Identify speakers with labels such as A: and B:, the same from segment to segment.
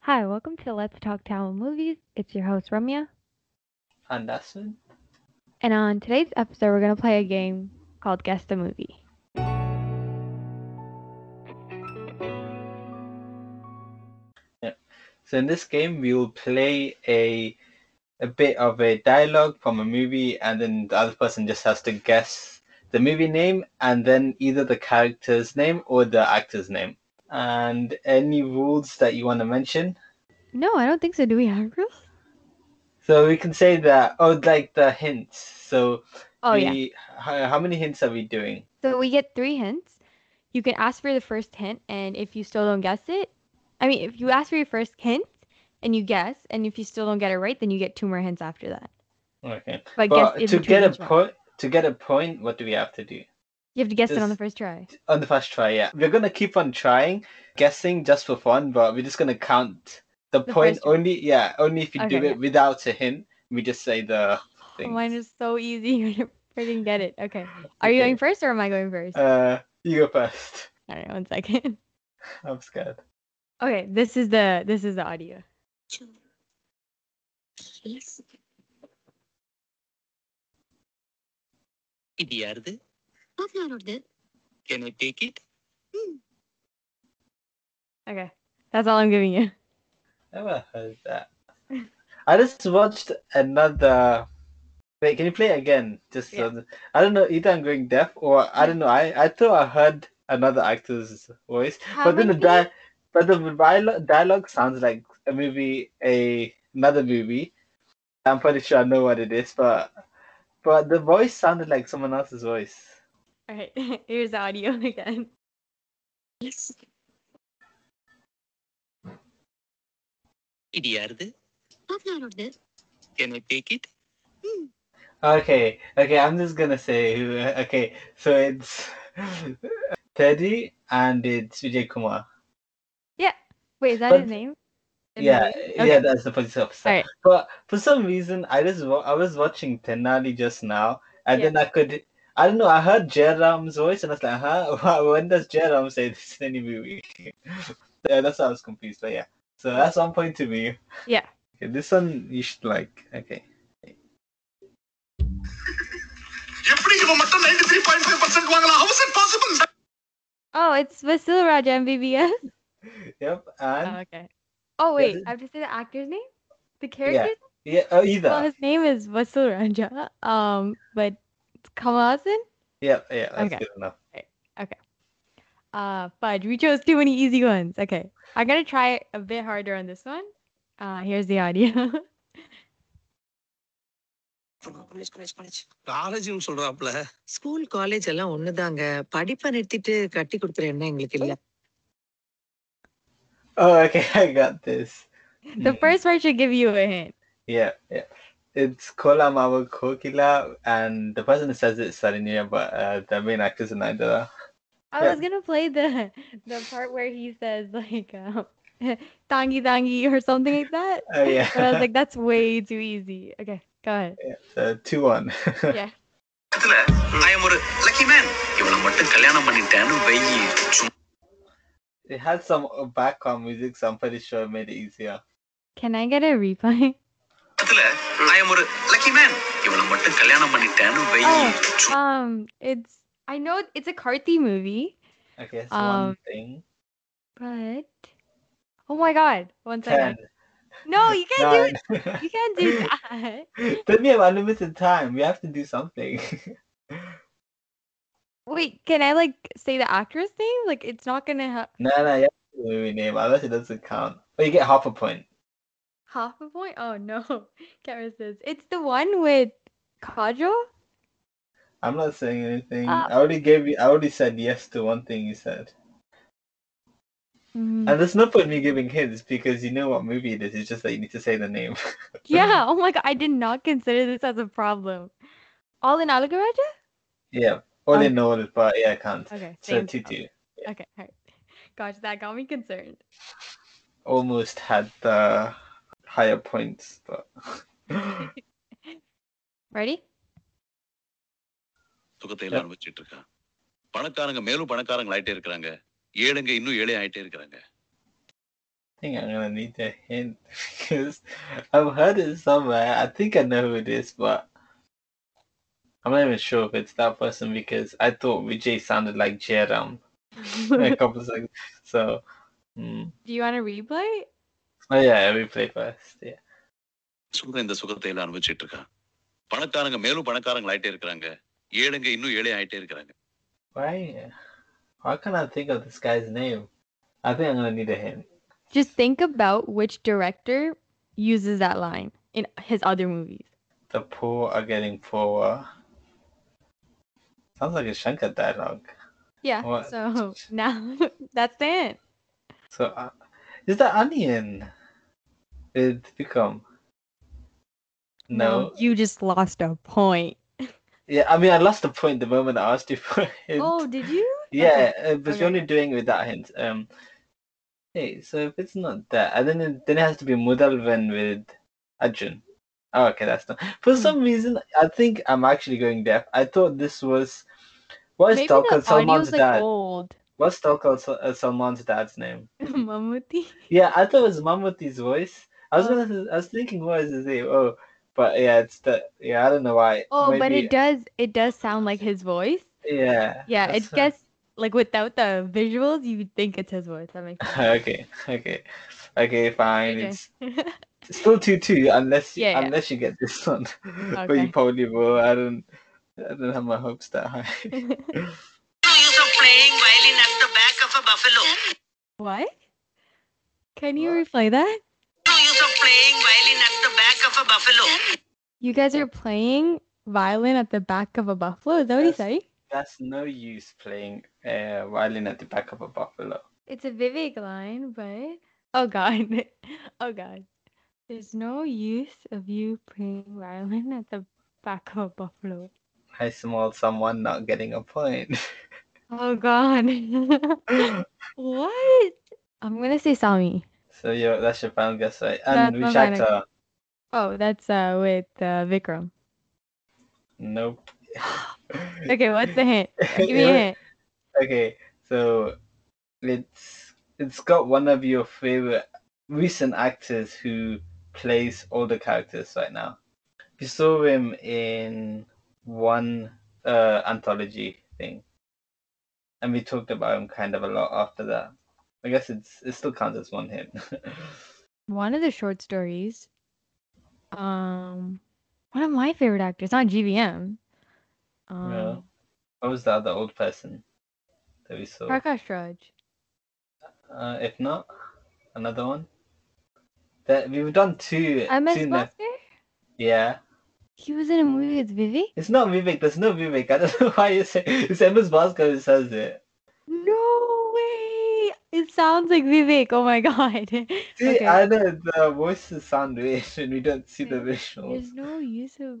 A: Hi, welcome to Let's Talk Talent Movies. It's your host Ramya,
B: And that's it.
A: and on today's episode, we're gonna play a game called Guess the Movie.
B: So in this game, we will play a a bit of a dialogue from a movie, and then the other person just has to guess the movie name, and then either the character's name or the actor's name. And any rules that you want to mention?
A: No, I don't think so. Do we have rules?
B: So we can say that. Oh, like the hints. So
A: Oh
B: we,
A: yeah.
B: how, how many hints are we doing?
A: So we get three hints. You can ask for the first hint, and if you still don't guess it, I mean, if you ask for your first hint and you guess, and if you still don't get it right, then you get two more hints after that.
B: Okay.
A: But, guess
B: But
A: in
B: to
A: between
B: get a
A: each one.
B: point, to get a point, what do we have to do?
A: you have to guess it on the
B: just-
A: first try.
B: on the first try, yeah. We're gonna keep on trying, guessing just for fun, but we're just gonna count the,
A: The
B: point
A: first try.
B: only. Yeah, only if you do
A: Okay,
B: it without a hint. We just say the thing.
A: Oh, Mine is so easy. I didn't get it. Okay. Are you
B: Okay.
A: going first or am I going first?
B: Uh, you go first.
A: All right, one second.
B: I'm scared.
A: Okay, this is the this is the audio.
C: இது யாருது அது யாரோடது Can I take it?
A: Okay, that's all I'm giving you.
B: Never heard that. I just watched another. Wait, can you play it again? Just
A: Yeah.
B: so th- I don't know. Either I'm going deaf, or I don't know. I I thought I heard another actor's voice,
A: How
B: but then the
A: many?
B: di- but the dialogue dialogue sounds like a movie, a another movie. I'm pretty sure I know what it is, but but the voice sounded like someone else's voice.
A: All right, here's the audio again.
C: இது யாருது அது யாரோடது Can I take it?
B: Okay, okay, I'm just gonna say who. Okay, so it's Teddy and it's Vijay Kumar.
A: Wait, is that
B: But-
A: his name? In the
B: Yeah,
A: movie?
B: yeah,
A: Okay.
B: that's the police officer.
A: All right.
B: But for some reason, I just wa- I was watching Tenali just now, and
A: Yeah.
B: then I could I don't know. I heard Jairam's voice, and I was like, huh, Why- when does Jairam say this in any movie? yeah, that's why I was confused. But yeah, so that's one point to me.
A: Yeah.
B: Okay, this one you should like. Okay.
D: எப்படி இவன் மட்டும் 93.5% point five percent வாங்கலாம் how's it possible
A: Oh, it's Vasil Raja MBBS.
B: Yep. And
A: Oh, okay. Oh
B: Yeah,
A: wait,
B: this-
A: I have to say the actor's name, the character's. name?
B: yeah, oh,
A: Well,
B: either.
A: his name is Vasil Raja. Um, but it's Kamal Hassan.
B: Yep. Yeah, that's
A: Okay.
B: good enough.
A: Uh, fudge. We chose too many easy ones. Okay, I'm gonna try a bit harder on this one. Uh, here's the audio.
E: காலேஜும் சொல்றாப்ல school college எல்லாம் ஒண்ணுதாங்க படிப்பை நிறுத்திட்டு கட்டி கொடுக்குற எண்ணம் எங்களுக்கு இல்ல
B: Oh, okay. I got this.
A: the first part should give you a hint.
B: Yeah, yeah. It's Kola Mawa Kokila, and the person who says it is Sarinia, but uh, the main actress is Nandala.
A: I
B: Yeah.
A: was gonna play the the part where he says like um, tangi tangi or something like that.
B: Oh, yeah.
A: But I was like, that's way too easy. Okay, go ahead.
B: so, 2 1.
A: Yeah.
D: இடத்துல ஐ ஒரு lucky man இவனை மட்டும் கல்யாணம் பண்ணிட்டேன்னு வெயி
B: it had some uh, background music, so I'm pretty sure it made it easier.
A: Can I get a replay?
D: இடத்துல ஐ ஒரு lucky man இவனை மட்டும் கல்யாணம் பண்ணிட்டேன்னு வெயி
A: Oh, um, it's I know it's a Carthy movie,
B: Okay, that's one
A: Um,
B: thing.
A: but oh my god, one second.
B: 10.
A: No, you can't do it.
B: 9.
A: You can't do that.
B: then we have unlimited time. We have to do something.
A: Wait, can I like say the actress name? Like, it's not gonna ha-
B: no, no, you have to do the movie name, otherwise it doesn't count. But you get half a point.
A: half a point. Oh no, can't resist. It's the one with Kajol.
B: I'm not saying anything.
A: Uh,
B: I already gave you, I already said yes to one thing you said.
A: Mm.
B: And there's no point me giving hints because you know what movie it is. It's just that you need to say the name.
A: Yeah. Oh my god, I did not consider this as a problem. All in Alagaraja?
B: yeah. All
A: Okay.
B: in all, but yeah, I can't.
A: Okay.
B: So
A: uh, Same.
B: two two
A: Okay. All right. Gosh, that got me concerned.
B: almost had the higher points, but
A: Ready?
F: சுகத்தை எல்லாம் அனுபவிச்சுட்டு இருக்கான் பணக்காரங்க மேலும் பணக்காரங்க ஆயிட்டே இருக்கிறாங்க ஏழைங்க இன்னும் ஏழை ஆயிட்டே இருக்கிறாங்க
B: think I'm gonna need a hint because I've heard it somewhere. I think I know who it is, but I'm not even sure if it's that person because I thought Vijay sounded like Jairam a couple of seconds. So, mm.
A: Do you want to replay?
B: oh yeah, we play first. Yeah.
D: சுகம் இந்த சுகத்தை எல்லாம் அனுபவிச்சுட்டு இருக்கான் பணக்காரங்க மேலும் பணக்காரங்க ஆயிட்டே இருக்கிறாங்க ஏழைங்க இன்னும் ஏழை ஆயிட்டே இருக்கிறாங்க
B: Why? How can I think of this guy's name? I think I'm gonna need a hint.
A: Just think about which director uses that line in his other movies.
D: The
B: Poor are getting poorer. Sounds like a Shankar dialogue.
A: Yeah.
B: What?
A: So now that's the end.
B: So, uh, is that onion? It become. No.
A: You just lost a point.
B: Yeah, I mean, I lost the point the moment I asked you for it.
A: Oh, did you?
B: yeah, uh, but
A: okay.
B: you're only doing it with that hint. Um, hey, so if it's not that, and then it, then it has to be Mudalvan with Arjun. Oh, okay, that's not. For
A: Hmm.
B: some reason, I think I'm actually going deaf. I thought this was. What is
A: Maybe the
B: Talkal Salman's
A: audio's like
B: dad?
A: old.
B: What's Talkal Sal- uh, Salman's dad's name?
A: Mamuti.
B: Yeah, I thought it was Mamuti's voice. I was
A: Oh.
B: gonna, I was thinking, what is his name? Oh, but yeah, it's the yeah. I don't know why.
A: Oh, but
B: Maybe-
A: it does it does sound like his voice.
B: yeah.
A: Yeah,
B: that's
A: it gets like without the visuals, you would think it's his voice. That makes
B: fine.
A: sense.
B: okay, okay, okay. Fine.
A: Okay.
B: It's still two two unless you,
A: Yeah, yeah.
B: unless you get this one, but
A: Okay.
B: you probably will. I don't. I don't have my hopes that high.
C: No use of playing violin at the back of a buffalo.
A: what? Can you
B: What?
A: replay that?
C: No use of playing violin at the back of a buffalo.
A: You guys are playing violin at the back of a buffalo. Is that what he's
B: Yes.
A: saying?
B: That's no use playing uh, violin at the back of a buffalo.
A: It's a Vivek line, but oh god, oh god. There's no use of you playing violin at the back of a buffalo.
B: I small someone not getting a point.
A: Oh god. what? I'm gonna say Sami.
B: so yeah, that's your final guess, right?
A: That's
B: And
A: my final
B: Vishakta.
A: Oh, that's uh with uh, Vikram.
B: Nope.
A: Okay, what's the hint? Give me a
B: Yeah.
A: hint.
B: Okay, so it's it's got one of your favorite recent actors who plays all the characters right now. You saw him in one uh, anthology thing, and we talked about him kind of a lot after that. I guess it's it still counts as one hit.
A: One of the short stories. Um, one of my favorite actors, not GVM. Um,
B: Yeah. what was the other old person that we saw?
A: Prakash Raj.
B: Uh, if not, another one. That we've done two.
A: MS
B: two ne-
A: Buster.
B: yeah.
A: He was in a movie with Vivek.
B: It's not Vivek. There's no Vivek. I don't know why you say it's MS Bosco who says it.
A: No way! It sounds like Vivek. Oh my god.
B: See,
A: Okay.
B: I know the voices sound weird and we don't see the
A: Okay.
B: visuals.
A: There's no use of.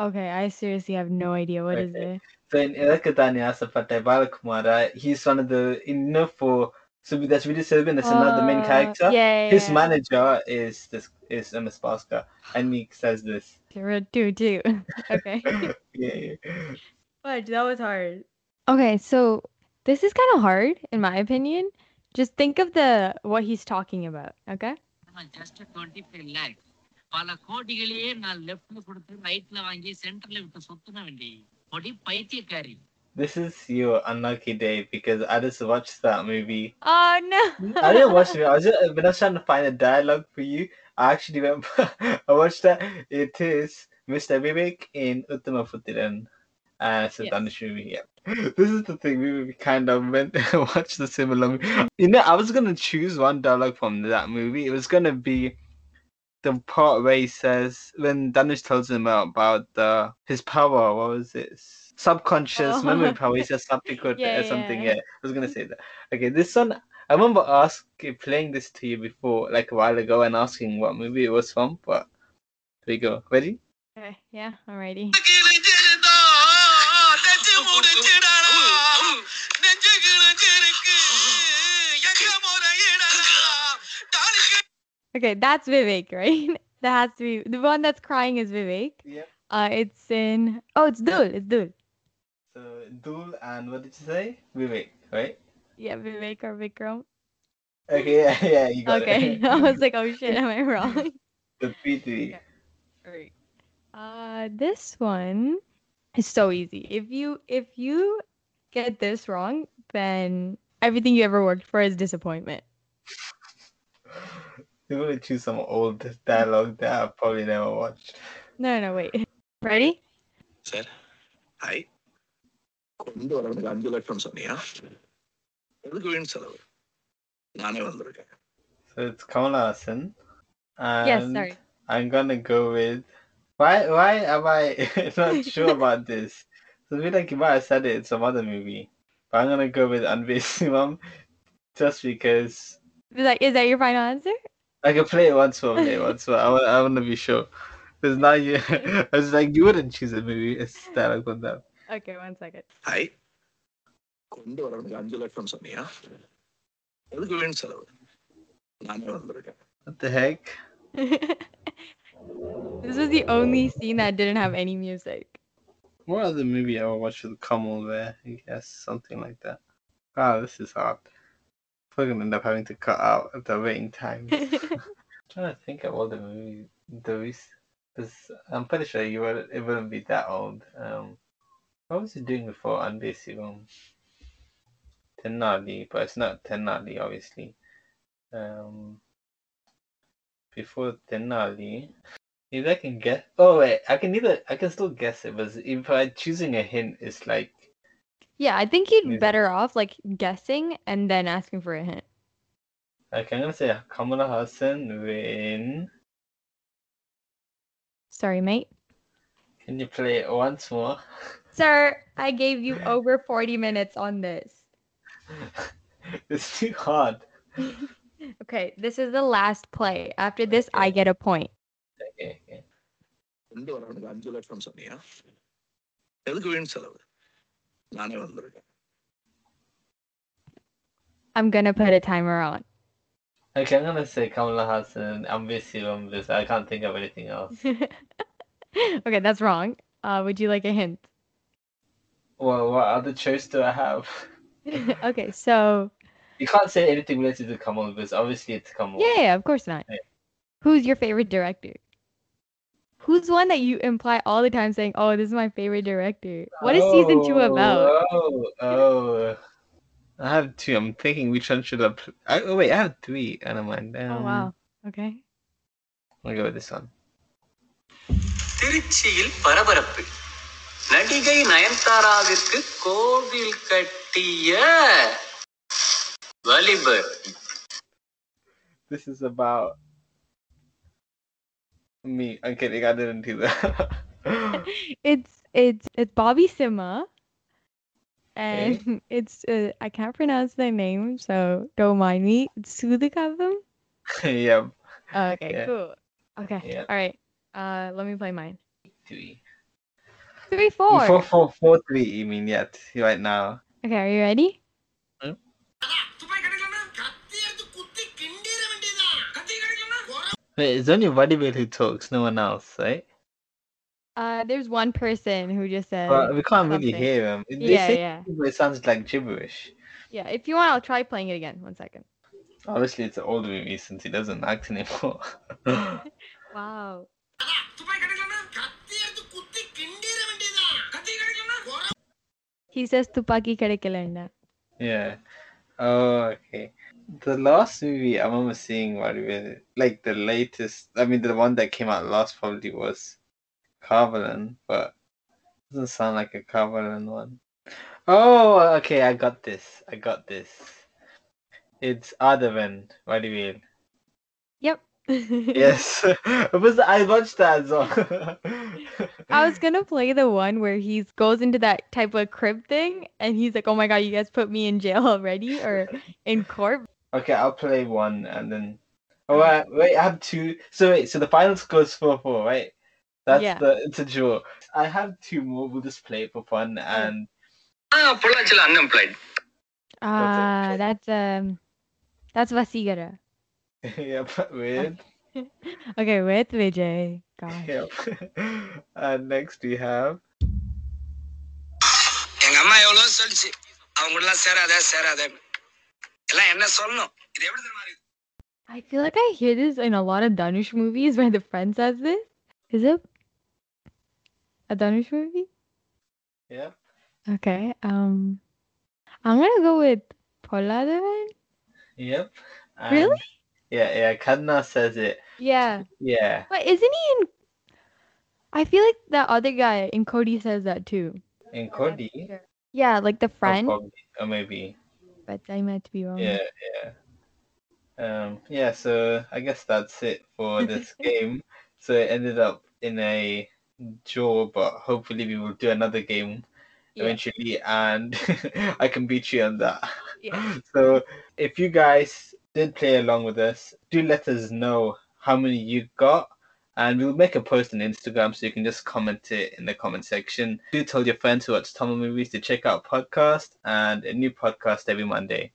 A: Okay, I seriously have no idea what is
B: Okay.
A: it.
B: So in Ilakatani Asapattai Balakumara, he's one of the in no for so that's really Sylvan, that's another main
A: Uh,
B: character.
A: Yeah, yeah,
B: His
A: yeah.
B: manager is this is MS Bosco and he says this.
A: Zero, two, two. okay.
B: Yeah, yeah.
A: Fudge, that was hard. Okay, so this is kind of hard, in my opinion. Just think of the what he's talking about. Okay.
F: நான் just twenty five lakhs பல கோடிகளையே நான் லெஃப்ட்ல கொடுத்து ரைட்ல வாங்கி சென்டர்ல விட்டு சுத்தின வேண்டி ஒடி பைத்தியக்காரி
B: This is your unlucky day because I just watched that movie
A: Oh no.
B: I didn't watch it. I was just when I was trying to find a dialogue for you. I actually went. I watched that. It is Mr. Vivek in Uttama Puttiran. And it's a
A: Yes.
B: Danish movie. Yeah. This is the thing. We we kind of went watch the similar. Movie. You know, I was gonna choose one dialogue from that movie. It was gonna be the part where he says when Danish tells him about the his power. What was it? Subconscious
A: Oh.
B: memory power. He says subconscious
A: Yeah,
B: or something.
A: yeah.
B: Yeah, I was gonna say that. Okay, this one I remember asking playing this to you before, like a while ago, and asking what movie it was from. But there you go. Ready?
A: Okay, yeah, alrighty. Okay, that's Vivek, right? That has to be the one that's crying is Vivek.
B: Yeah.
A: Uh, it's in. Oh, it's Dul. It's Dul.
B: So Dul and what did you say? Vivek, right?
A: Yeah, Vivek or Vikram.
B: Okay, yeah, yeah, you got
A: Okay.
B: it.
A: I was like, oh shit, am I wrong?
B: The P3.
A: Alright. Uh, this one is so easy. If you if you get this wrong, then everything you ever worked for is disappointment.
B: You're gonna choose some old dialogue that I probably never watched.
A: No, no, wait. Ready?
D: Sir
G: ஹாய் கொண்டு வரவனுக்கு அஞ்சு லட்சம் சொன்னியா எதுக்கு வீண் செலவு நானே வந்திருக்கேன்
B: So it's Kamala Hassan.
A: yes,
B: and
A: sorry.
B: I'm gonna go with. Why? Why am I not sure about this? So I feel like you might have said it in some other movie, but I'm gonna go with Unbased Mom, just because
A: Is that is that your final answer?
B: I can play it once more, play it once more. I want, I want to be sure. Because now you, I was like, you wouldn't choose a movie. It's dialogue on that.
A: Okay, one second.
G: ஹாய் கொண்டு வரவனுக்கு அஞ்சு லட்சம் சொன்னியா எதுக்கு வீண் செலவு நானே வந்திருக்கேன்
B: What the heck?
A: this was the only scene that didn't have any music.
B: What other movie I watched with Kamal there? I guess something like that. Wow, this is hard. We're gonna end up having to cut out at the waiting time. trying to think of all the movies. Those, because I'm pretty sure you would it wouldn't be that old. Um, what was he doing before Unbasicum? Tenali, but it's not Tenali, obviously. Um, before Tenali, if I can guess. Oh wait, I can either I can still guess it, but if I choosing a hint, it's like
A: Yeah, I think you'd
B: Amazing.
A: better off like guessing and then asking for a hint.
B: okay, I'm gonna say Kamala Hassan win.
A: Sorry, mate.
B: Can you play it once more?
A: Sir, I gave you over 40 minutes on this.
B: it's too hard.
A: Okay, this is the last play. After this, I
B: Okay.
A: get a point.
B: Okay, okay.
G: கொண்டு வரவனுக்கு அஞ்சு லட்சம் சொன்னியா எதுக்கு வீண் செலவு நானே வந்திருக்கேன்
A: I'm gonna put a timer on.
B: Okay, I'm gonna say Kamala Hassan. I'm busy on this. I can't think of anything else.
A: okay, that's wrong. Uh, would you like a hint?
B: Well, what other choice do I have?
A: okay, so
B: You can't say anything related to Kamal because obviously it's Kamal.
A: yeah, yeah, of course not.
B: Yeah.
A: Who's your favorite director? Who's one that you imply all the time saying, "Oh, this is my favorite director"? What is season two about?
B: Oh, oh. I have two. I'm thinking which one should I? Pl- I oh wait, I have three. I don't mind. Um,
A: oh wow. Okay.
B: I'll go with this one.
H: திருச்சியில் பரபரப்பு நடிகை நயன்தாராவிற்கு கோவில் கட்டிய வாலிபர்
B: This is about me. I'm kidding. I didn't do that.
A: It's it's it's Bobby Sima, and it's uh, I can't pronounce their name, so don't mind me. It's Sudhakavam.
B: yeah,
A: Oh, Okay,
B: Yeah.
A: cool. Okay,
B: Yeah.
A: all right. Uh, let me play mine.
B: three.
A: Three, four.
B: Four, four, four, three. You mean yet? Right now.
A: Okay, are you ready?
B: Wait, it's only Vladimir who talks, no one else, right?
A: Uh, there's one person who just said,
B: But we can't really
A: something.
B: hear him. Uh, They
A: "Yeah,
B: say
A: yeah,
B: it sounds like gibberish.
A: yeah." If you want, I'll try playing it again. One second.
B: Obviously, it's an old movie since he doesn't act anymore.
A: Wow. He says "Tupaki kadekilenda."
B: yeah. Oh, okay. The last movie I remember seeing Vladimir, like the latest, I mean, the one that came out last probably was Carvalhan, but doesn't sound like a Carvalhan one. Oh, okay, I got this. I got this. It's Adavan, Vladimir.
A: Yep.
B: Yes, it was. I watched that as well.
A: I was gonna play the one where he goes into that type of crib thing, and he's like, "Oh my god, you guys put me in jail already, or in court."
B: okay. I'll play one and then. Oh wait, wait, I have two. So wait, so the final score is four four, right? That's
A: Yeah.
B: the it's a draw. I have two more. We'll just play it for fun and
H: பொள்ளாச்சியில் unemployed
A: Ah, that's um, that's Vasigara.
B: yep, weird.
A: Okay, with Vijay. Gosh.
B: Yep. and next we have
H: எங்க அம்மா எவ்வளவு சொல்லிச்சு அவங்க கூட எல்லாம் சேராத சேராத எல்லாம் என்ன சொல்லணும் இது எப்படி தெரியுமா இருக்கு?
A: I feel like I hear this in a lot of Danush movies where the friend says this. Is it a Danush movie?
B: Yeah.
A: Okay. Um, I'm gonna go with Paula then.
B: Yep. And-
A: Really?
B: Yeah, yeah. Kanna says it.
A: Yeah.
B: Yeah.
A: But isn't he in? I feel like that other guy in Cody says that too.
B: In Cody.
A: Yeah, like the
B: Or
A: friend,
B: Bobby, Or maybe.
A: but I might be wrong.
B: Yeah, yeah. Um, yeah, so I guess that's it for this game. So it ended up in a draw, but hopefully we will do another game
A: Yeah.
B: eventually, and I can beat you on that.
A: Yeah.
B: So if you guys did play along with us, do let us know how many you got. And we'll make a post on Instagram so you can just comment it in the comment section. Do tell your friends who watch Tamil movies to check out podcast and a new podcast every Monday.